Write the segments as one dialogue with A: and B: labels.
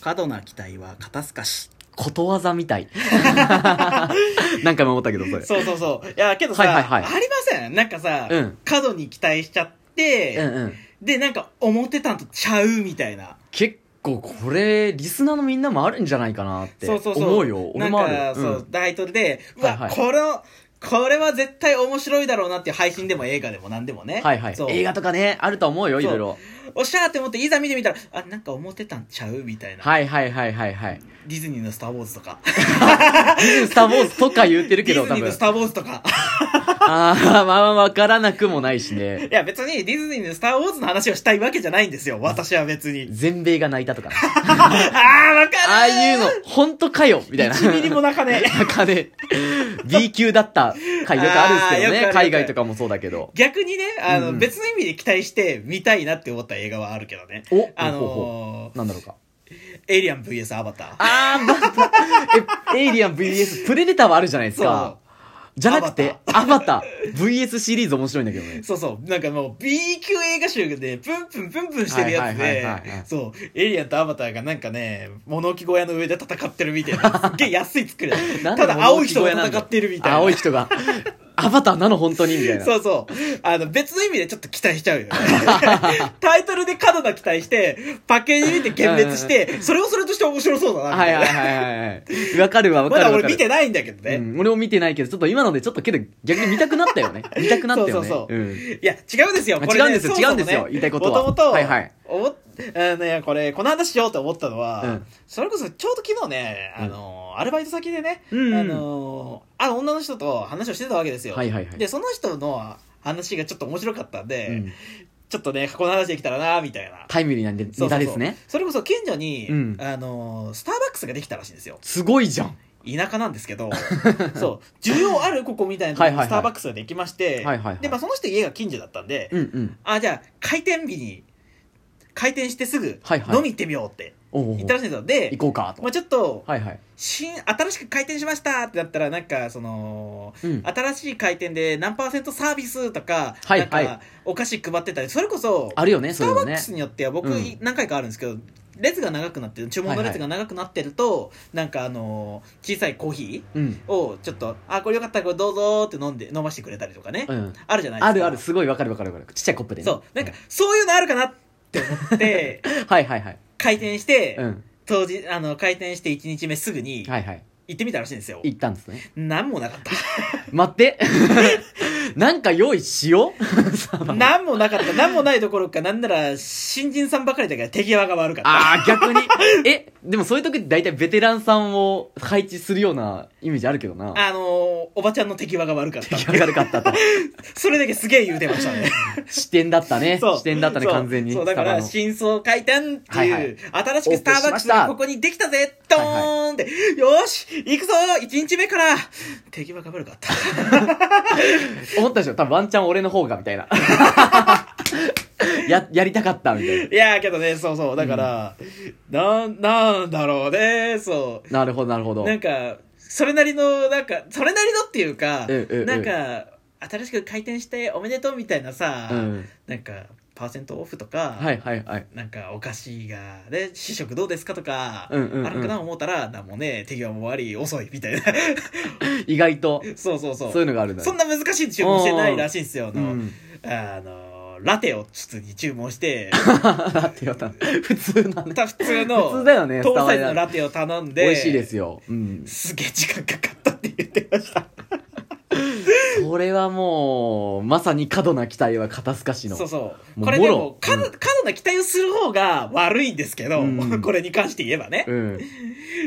A: 過度な期待は肩透かし。
B: ことわざ みたい。何回も思ったけど、それ。
A: そうそうそう。いや、けどさ、
B: はいはいはい
A: ありませんなんかさ、
B: うん
A: 過度に期待しちゃって、
B: うんうん。
A: で、なんか思ってたんとちゃうみたいな。
B: 結構これ、リスナーのみんなもあるんじゃないかなって。
A: そうそうそう。
B: 思うよ。俺もある。
A: なんか、
B: う
A: そ
B: ん
A: う、タイトルで、うわ、
B: はいはい
A: これを、これは絶対面白いだろうなっていう配信でも映画でも何でもね。
B: はいはい
A: そう。
B: 映画とかね、あると思うよ、いろいろ。
A: おっしゃーって思って、いざ見てみたら、あ、なんか思ってたんちゃうみたいな。
B: はいはいはいはいはい。
A: ディズニーのスターウォーズとか。
B: スター・ウォーズとか言って る
A: デ
B: け
A: ィ
B: ど、
A: ズ
B: 多
A: ニーの
B: 分
A: ス。ターウォーズと か。
B: ああ、まあまあわからなくもないし
A: い
B: ね。
A: や、別にディズニーのスターウォーズの話をしたいわけじゃないんですよ。私は別に。
B: 全米が泣いたとか ね。
A: あー、わかる
B: ああいうの、ほんとかよみたいな。
A: 1ミリも泣か ねえ。
B: なんかね、B 級だった回よくあるんですけど
A: あーよくあ
B: ね。
A: る
B: 海外とかもそうだけど。
A: 逆にね、あの、
B: うん
A: 別の意味で期待して見たいなって思った映画はあるけどね。
B: お
A: あ
B: ほう
A: の
B: ほなんだろうか。
A: ー、エイリアン VS アバター。
B: あー、また、え、エイリアン VS プレデターはあるじゃないですか。じゃなくて、アバター VS シリーズ面白いんだけどね。
A: そうそう。なんかもう B 級映画集でプンプンプンプンしてるやつ
B: はい
A: で
B: はいはいはいはい、
A: そう、エイリアンとアバターがなんかね、物置小屋の上で戦ってるみたい な、すっげえ安い作りだ
B: なん
A: た
B: で
A: だ青い人が戦ってるみたいな。
B: 青い人が。アバターなの本当にみたいな。
A: そうそう。あの、別の意味でちょっと期待しちゃう よね。タイトルで過度な期待して、パッケージ見て幻滅して、それをそれとして面白そうだな。
B: はいはいはいはいはい。わかるわ、わ
A: ま
B: かるわか
A: だ
B: る。
A: 俺見てないんだけどね。
B: うん、俺も見てないけど、ちょっと今のでちょっとけど逆に見たくなったよ ね。見たくなったよね。
A: そうそうそうんいや、違うんですよ。
B: あ
A: これね
B: 違うんです
A: そ
B: よ
A: もそもね
B: 違うんですよ言いたいことは
A: もともと、
B: はいはい
A: おもあのね、これ、この話しようと思ったのは、
B: うん
A: それこそちょうど昨日ね、あの、アルバイト先でね、
B: うん
A: あの、ある女の人と話をしてたわけですよ。
B: はいはいはい
A: で、その人の話がちょっと面白かったんで、
B: うん
A: ちょっとね、この話できたらな、みたいな。
B: タイムリーなネ
A: そうそうそう
B: タですね。
A: それこそ近所に、
B: うん
A: あのスターバックスができたらしいんですよ
B: すごいじゃん。
A: 田舎なんです けどそう需要あるここみたいなとこ
B: はい
A: に
B: はいはい
A: スターバックスができまして、
B: はいはいはい
A: で、まあ、その人家が近所だったんで、
B: うんうん。
A: あ、じゃあ、開店日に、開店してすぐ、
B: はいはい
A: 飲み行ってみようって
B: おうおう
A: 言ったらしいんですよ。で
B: 行、こうかと
A: まあ。ちょっと、
B: はいはい。
A: 新、新しく開店しましたってなったら、なんか、その、
B: うん。
A: 新しい開店で何パーセントサービスとか、
B: はい
A: なん
B: はい
A: か、お菓子配ってたり、それこそ、
B: あるよね、
A: ス
B: そ
A: タ
B: ういう
A: ーバ
B: の
A: ッ
B: ね
A: ク。スによっては僕
B: うん
A: 何回かあるんですけど、列が長くなってる、注文の列が長くなってると、なんかあのー小さいコーヒ
B: うん。
A: ーをちょっと、あ、これよかったらこれどうぞって飲んで、飲ましてくれたりとかね。
B: うん。
A: あるじゃないですか。
B: あるある、すごいわかるわかるわかる。ちっちゃいコップでね。
A: そう。なんか、そういうのあるかなって思って、
B: うん。はいはいはい。
A: 開店して、
B: うん。
A: 当時、あの、開店して1日目すぐに、
B: はいはい。
A: 行ってみたらしいんですよ。
B: 行ったんですね。
A: なんもなか っ
B: 待って。 なんか用意しよう さ
A: た。なんもなかった。なんもないどころか、なんなら、新人さんばかりだから手際が悪かった。
B: ああ、逆に。え、でもそういう時って大体ベテランさんを配置するようなイメージあるけどな。
A: あのー、おばちゃんの手際が悪かった。
B: 気が悪かっ たと。
A: それだけすげえ言うてましたね。
B: 視点だったね。
A: そう
B: 視点だったね、
A: そう
B: 完全に。
A: そう、だから、
B: スタ
A: 真相開店っていう、
B: はい
A: 新しくスターバックス
B: オープンしまし
A: が
B: た
A: ここにできたぜドーンって、よーし行くぞ !1 日目から手際が悪かった。
B: バの思ったでしょ多分ワンチャン俺の方が、みた いな。 や、やりたかった、みたい
A: いやーけどね、そうそう、だから、なん、なんだろうね、そ
B: な。なるほど、なるほ
A: う。
B: ど。
A: なんか、それなりの、なんか、それなりのっていうか、
B: ええええ
A: なんか、新しく開店しておめでとうみたいなさ、
B: うん。
A: なんか、パーセントオフとか、
B: はいはいはい。
A: なんか、お菓子が、ね、試食どうですかとか、
B: うんうんうん
A: あるかな思ったら、なんもね、手際も悪い、遅いみた いな。
B: 意外と、
A: そうそうそう。
B: そういうのがあるんだ
A: そん
B: ね。
A: な難しい注文してないらしいんですよ。あ
B: う
A: の、
B: ん。
A: あのラテを普通に注文 して、
B: だってよ、多分普通なね。
A: た普通の、
B: 普通だよね、
A: トーサイズの
B: 伝わ
A: ラテを頼ん
B: り
A: で、
B: 美味しいですよ。うん。
A: すげえ時間かかったって言ってました。
B: これはもう、まさに過度な期待は肩透かしの。
A: そうそう。
B: もう
A: これで
B: も
A: も
B: ろ、
A: 過度
B: う
A: 過度な期待をする方が悪いんですけど、
B: うん
A: これに関して言えばね。
B: うん。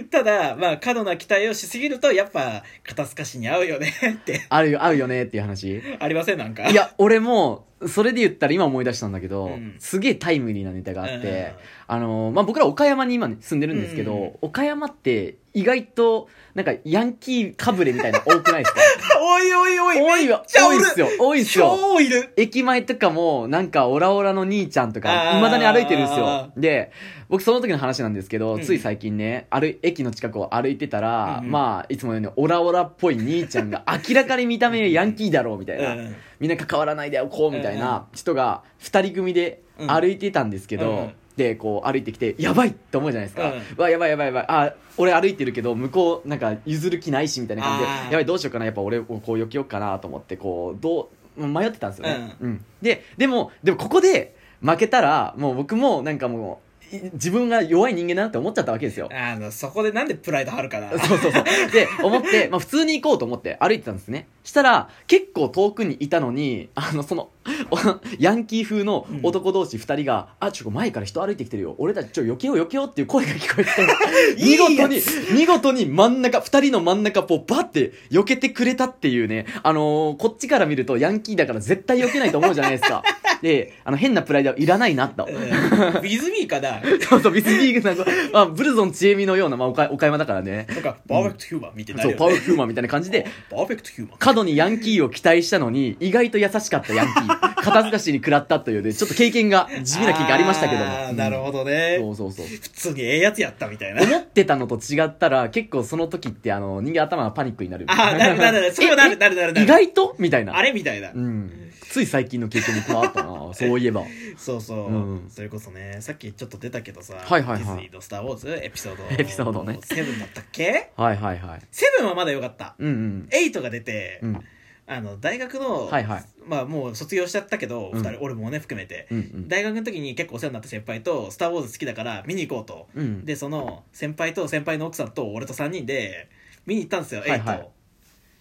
A: ただ、まあ、過度な期待をしすぎると、やっぱ、肩透かしに合うよねって、
B: あるよ、合うよねっていう話。
A: ありませんなんか。
B: いや、俺も、それで言ったら今思い出したんだけど、
A: うん
B: すげえタイムリーなネタが
A: うん、
B: あって、あのーまあ、僕ら岡山に今ね住んでるんですけど、
A: うん
B: 岡山って意外と、なんかヤンキーかぶれみたいなの多くないですか
A: おいおい おい、
B: 多い
A: めっ
B: わ、
A: ちゃ
B: 多
A: お
B: いっ
A: る
B: すよ、多いっすよ。
A: 超いる
B: 駅前とかも、なんか、オラオラの兄ちゃんと
A: あ
B: か、
A: ー
B: 未だに歩いてるんですよ。で、僕その時の話なんですけど、
A: うん
B: つい最近ね、ある、駅の近くを歩いてたら、
A: うん
B: まあ、いつものようにオラオラっぽい兄ちゃんが、明らかに見た目ヤンキーだろう、みたいな。
A: うん
B: みんな関わらないでおこうみた
A: う
B: い
A: んうん
B: な人が2人組で
A: うん
B: 歩いてたんですけど、
A: うんうん
B: でこう歩いてきてやばいって思うじゃないですか、
A: うん
B: うわやばいやばいやばいあ俺歩いてるけど向こうなんか譲る気ないしみたいな感じで
A: あー
B: やばいどうしようかなやっぱ俺をこう避けようかなと思ってこうどう迷ってたんですよね、うんででもでもここで負けたらもう僕もなんかもうい自分が弱い人間だなって思っちゃったわけですよ
A: あの、そこでなんでプライド張るかな。
B: そうそうそう。で、思って、まあ普通に行こうと思って歩いてたんですね。したら、結構遠くにいたのに、あの、その、 おヤンキー風の男同士二人が、あ、ちょ、前から人歩いてきてるよ。俺たち、ちょ、避けよう避けようっていう声が聞こえてたの
A: いいやつ
B: 見事に、見事に真ん中、二人の真ん中、こう、バって避けてくれたっていうね、あのーこっちから見るとヤンキーだから絶対避けないと思うじゃないです か。で、あの、変なプライドはいらないなと
A: う。んビズミーかな。
B: そうそう、別に、なんか、まあ、ブルゾンちえみのような、まあ、おか、お買い物だからね。
A: なんか、パーフェクトヒューマンみたいな。
B: そう、パウ・フーマンみたいな感じで、
A: パーフェクトヒューマン。
B: 過度にヤンキーを期待したのに、意外と優しかったヤンキー。肩透かしに食らったというね、ちょっと経験が、地味な経験ありましたけど
A: あ
B: も。
A: ーなるほどね。
B: うんそうそうそう。
A: 普通にええやつやったみたいな。
B: 思ってたのと違ったら、結構その時って、あの、人間頭がパニックになる。
A: あーなるなるなるそれはなる
B: ええ
A: なるなるなる
B: 意外とみたいな。
A: あれみたいな。
B: うん。つい最近の経験に加わったな、そういえば。
A: そうそう、
B: うん
A: それこそね、さっきちょっと出たけどさ、
B: はいはいはい
A: ディズニーのスター・ウォーズエピソード。
B: エピソードね
A: セブンだったっけ
B: はいはいはい。
A: セブンはまだよかった。
B: うんうん。
A: エイトが出て、
B: うん。
A: あの、大学の、
B: はいはい。
A: まあもう卒業しちゃったけど、
B: うん
A: 二人、俺もね、含めて
B: う。んうん。
A: 大学の時に結構お世話になった先輩と、スター・ウォーズ好きだから見に行こうと。
B: うん。
A: で、その、先輩と先輩の奥さんと俺と3人で、見に行ったんですよ、エイ
B: はい
A: ト
B: はい
A: を。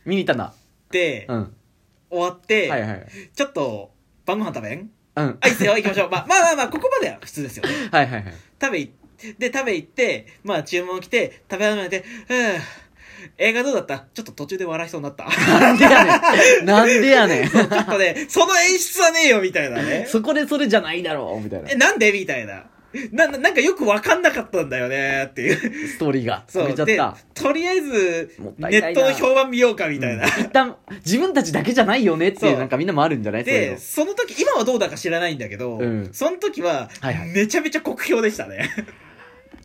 B: 見に行ったんだ。
A: で、
B: うん。
A: 終わっ
B: はいは
A: て、
B: い。
A: ちょっと、晩ご飯食べん
B: うん。
A: あ、いいっすよ、行きましょう。まあまあ まあまあ、ここまでは普通ですよね。
B: はいはいはい。
A: 食べいで食べ行ってまあ注文来て食べ始めて「ふう映画どうだったちょっと途中で笑いそうになった
B: なんでやねん。なんでやねん。
A: ちょっとねその演出はねえよ」みたいな ね
B: そこでそれじゃないだろうみた
A: 「
B: いな
A: え。なんで?」みたいななななんかよく分かんなかったんだよねっていう
B: ストーリーが。
A: そ
B: め
A: う
B: ちゃっ
A: で
B: た。
A: とりあえず
B: もったい
A: ネ
B: ないな
A: ットの評判見ようかみたいな、
B: 一旦、自分たちだけじゃないよねってい
A: そう
B: う、なんかみんなもあるんじゃないそういう
A: で
B: の
A: その時今はどうだか知らないんだけど、
B: うん
A: その時は
B: はいはい
A: めちゃめちゃ酷評でしたね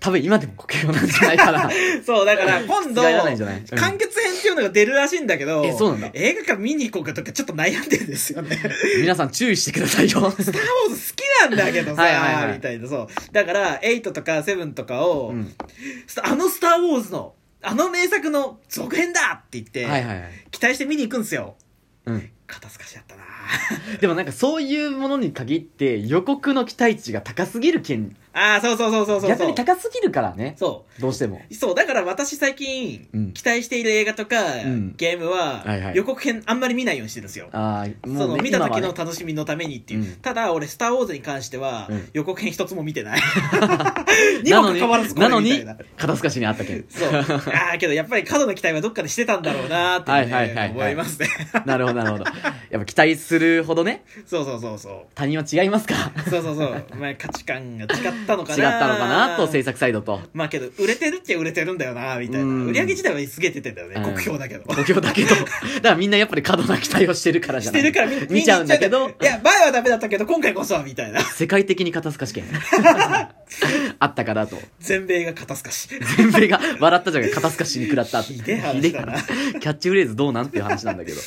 B: 多分今でも呼吸なんじゃないかな。
A: そうだから今度
B: 覆らないんじゃないうん
A: 完結編っていうのが出るらしいんだけど
B: えそうなんだ
A: 映画館見に行こうかとかちょっと悩んでるんです よね
B: 皆さん注意してくださいよ。
A: スター・ウォーズ好きなんだけどさ、
B: はいはいはい
A: みたいな、そう。だから、8とか7とかを、
B: うん
A: あのスター・ウォーズの、あの名作の続編だって言って、
B: はいはいはい。
A: 期待して見に行くんすよ。
B: うん。
A: 肩透かしだったな
B: でもなんかそういうものに限って、予告の期待値が高すぎる件、
A: ああ、そうそうそうそうそうそう。
B: 逆に高すぎるからね。
A: そ
B: どうしても。
A: う。そう、だから私最近、
B: うん
A: 期待している映画とか、
B: うん
A: ゲームは、
B: はいはい
A: 予告編あんまり見ないようにしてるんですよ。
B: ああ、
A: そ
B: もう
A: の
B: ね、
A: 見た
B: 今は
A: 時
B: ね
A: の楽しみのためにっていう、
B: うん
A: ただ俺「スター・ウォーズ」に関しては
B: うん
A: 予告編一つも見て ない、に
B: な
A: も
B: の
A: か
B: に、
A: かわらずこれ
B: なの
A: みた
B: に
A: いな、
B: 肩透かしにあった件。
A: そう。ああ、けどやっぱり過度な期待はどっかでしてたんだろうなーってね、
B: はいはいはいはい
A: 思いますね。
B: なるほど、なるほど。やっぱ期待するほどね、
A: そうそうそうそう。
B: 他人は違いますか
A: そうそうそう。まあ価値観が違ったのかな
B: 違ったのかなと制作サイドと
A: まあけど、売れてるっちゃ売れてるんだよなーみたいな。
B: うん
A: 売り上げ自体はすげえ出てんだよね。
B: うん
A: 酷評だけど。
B: 目標 だけどだからみんなやっぱり過度な期待をしてるからじ
A: し
B: ゃな
A: て
B: い
A: るから
B: 見ちゃうんだけど
A: 見ちゃうんだい や、前はダメだったけど、今回こそは、みたいな。
B: 世界的に肩透か し券あったかなと
A: 全米が肩透かし。
B: 全米が笑ったじゃん肩透かしに食らったって
A: ひでえ話だな
B: えからキャッチフレーズどうなんっていう話なんだけど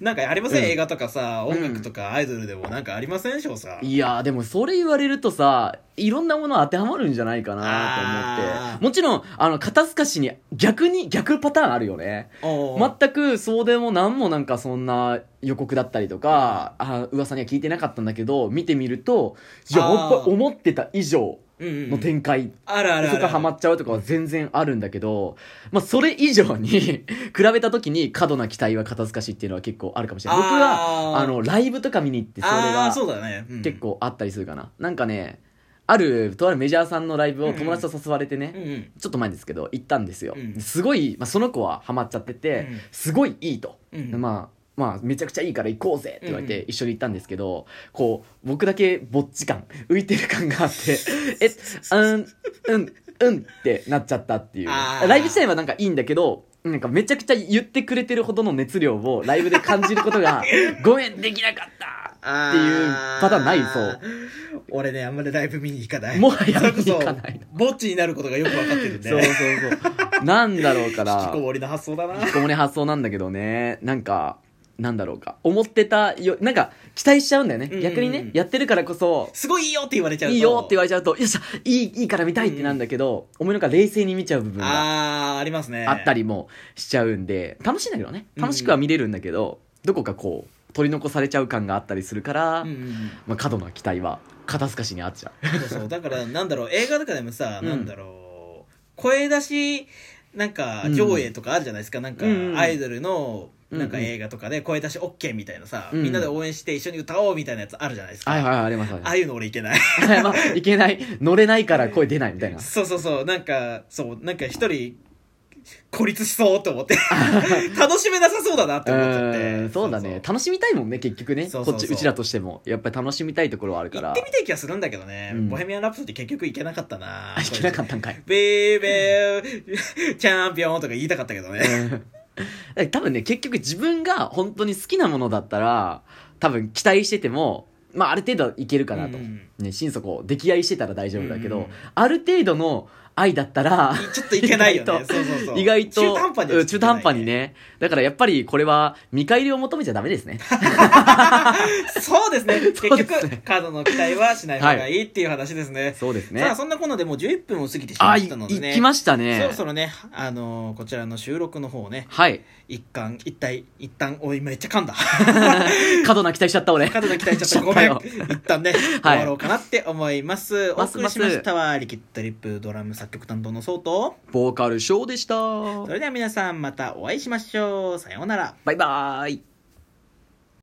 A: なんかありません、
B: うん
A: 映画とかさ、音楽とかアイドルでもなんかありません翔さん。
B: いやーでもそれ言われるとさいろんなもの当てはまるんじゃないかなと思
A: あ
B: っ
A: ー
B: てもちろんあの肩透かしに逆に逆パターンあるよね
A: おー
B: 全くそうでも何もなんかそんな予告だったりとか、あ噂には聞いてなかったんだけど見てみるといや
A: あー
B: やっぱ思ってた以上
A: うんうん
B: の展開
A: あるあるあ
B: と
A: る
B: かハマっちゃうとかは全然あるんだけど、まあ、それ以上に 比べた時に過度な期待は肩透かしっていうのは結構あるかもしれない僕
A: あ
B: は
A: ー
B: あのライブとか見に行ってそれ
A: あ
B: が
A: あ、そうだね。うん
B: 結。構あったりするかな、なんかねあるとあるメジャーさんのライブ
A: う
B: を
A: ん
B: 友達と誘われてね、
A: うんうん。
B: ちょっと前ですけど行ったんですよ、
A: うん
B: すごい、まあ、その子はハマっちゃってて、
A: うん
B: すごいいいと、
A: うん
B: まあまあめちゃくちゃいいから行こうぜって言われ
A: うん
B: て
A: う
B: 一緒に行ったんですけど、こう僕だけぼっち感浮いてる感があって えうんうんうんってなっちゃったっていう
A: あー
B: ライブ自体はなんかいいんだけどなんかめちゃくちゃ言ってくれてるほどの熱量をライブで感じることがごめんできなか ったっていうパターンないそう
A: 俺ねあんまりライブ見に行かない
B: もはや
A: それこそ
B: 見に行かない
A: ぼっちになることがよく分かってるんで
B: そうそうそうなんだろうか
A: 引き
B: ら
A: こもりの発想だな
B: 引きこもり発想なんだけどねなんかなんだろうか思ってたよなんか期待しちゃうんだよね、
A: うんうんうん
B: 逆にねやってるからこそ
A: すごいいいよって言われちゃうと
B: いいよって言われちゃうとよっしゃいいいいから見たいってなんだけど、お前なんか冷静に見ちゃう部分が
A: ああありますね
B: あったりもしちゃうんで楽しいんだけどね楽しくは見れるんだけど、どこかこう取り残されちゃう感があったりするから、
A: うんうんうん
B: まあ、過度な期待は肩透かしにあっ ちゃう
A: そうそうだからなんだろう映画とかでもさ、
B: うん
A: なんだろう声出しなんか上映とかあるじゃないですか、なんか
B: うん
A: アイドルの
B: うん
A: なんか映画とかで声出し OK みたいなさ、
B: うん
A: みんなで応援して一緒に歌おうみたいなやつあるじゃないですか、
B: はいはいはいありますあり
A: あ
B: ま
A: あいうの俺いけない
B: す、まあ、いけない乗れないから声出ないみたいな
A: そうそうそうなんかそうなんか一人孤立しそうと思って 楽しめなさそうだなって思っちゃっ
B: う
A: て
B: んそうだね楽しみたいもんね結局ね
A: そうそうそう
B: こっちうちらとしてもやっぱり楽しみたいところはあるか
A: 行
B: ら
A: ってみたい気がするんだけどね、
B: うん
A: ボヘミアン・ラプソディ結局行けなかったな
B: あいけなかったんかい
A: ベーベー、チャンピオンとか言いたかったけどね。
B: うん多分ね結局自分が本当に好きなものだったら多分期待しててもまあある程度いけるかなと、
A: うん
B: ね心底溺愛してたら大丈夫だけど、
A: うん
B: ある程度の愛だったら
A: ちょっといけないよ
B: 意
A: ね。
B: 外と
A: そうそうそう。
B: 意外と
A: 中途半端には
B: うん中途半端に。ねだからやっぱりこれは見返りを求めちゃダメですね
A: そうですね。結
B: そうですね
A: 局、過度の期待はしない方がいいっていう話ですね。
B: そうですね
A: さあ、そんなこんなでもう11分を過ぎてしま
B: あい
A: ったのでね。
B: 行きましたね
A: そろそろね、あのーこちらの収録の方をね、
B: はい
A: 一貫、一体、一旦、おい、めっちゃ噛 んだ。
B: 過度な期待しちゃった俺
A: 過度の期待しちゃった。
B: し
A: ご
B: ちゃ
A: めん一
B: ったよ。
A: 旦ね、終わろうかなって思います。お
B: ます
A: 送りしましたは、リキッドリップドラム作曲担当のソウと、
B: ボーカルショーでした
A: それでは皆さんまたお会いしましょう。さようなら。
B: バイバーイ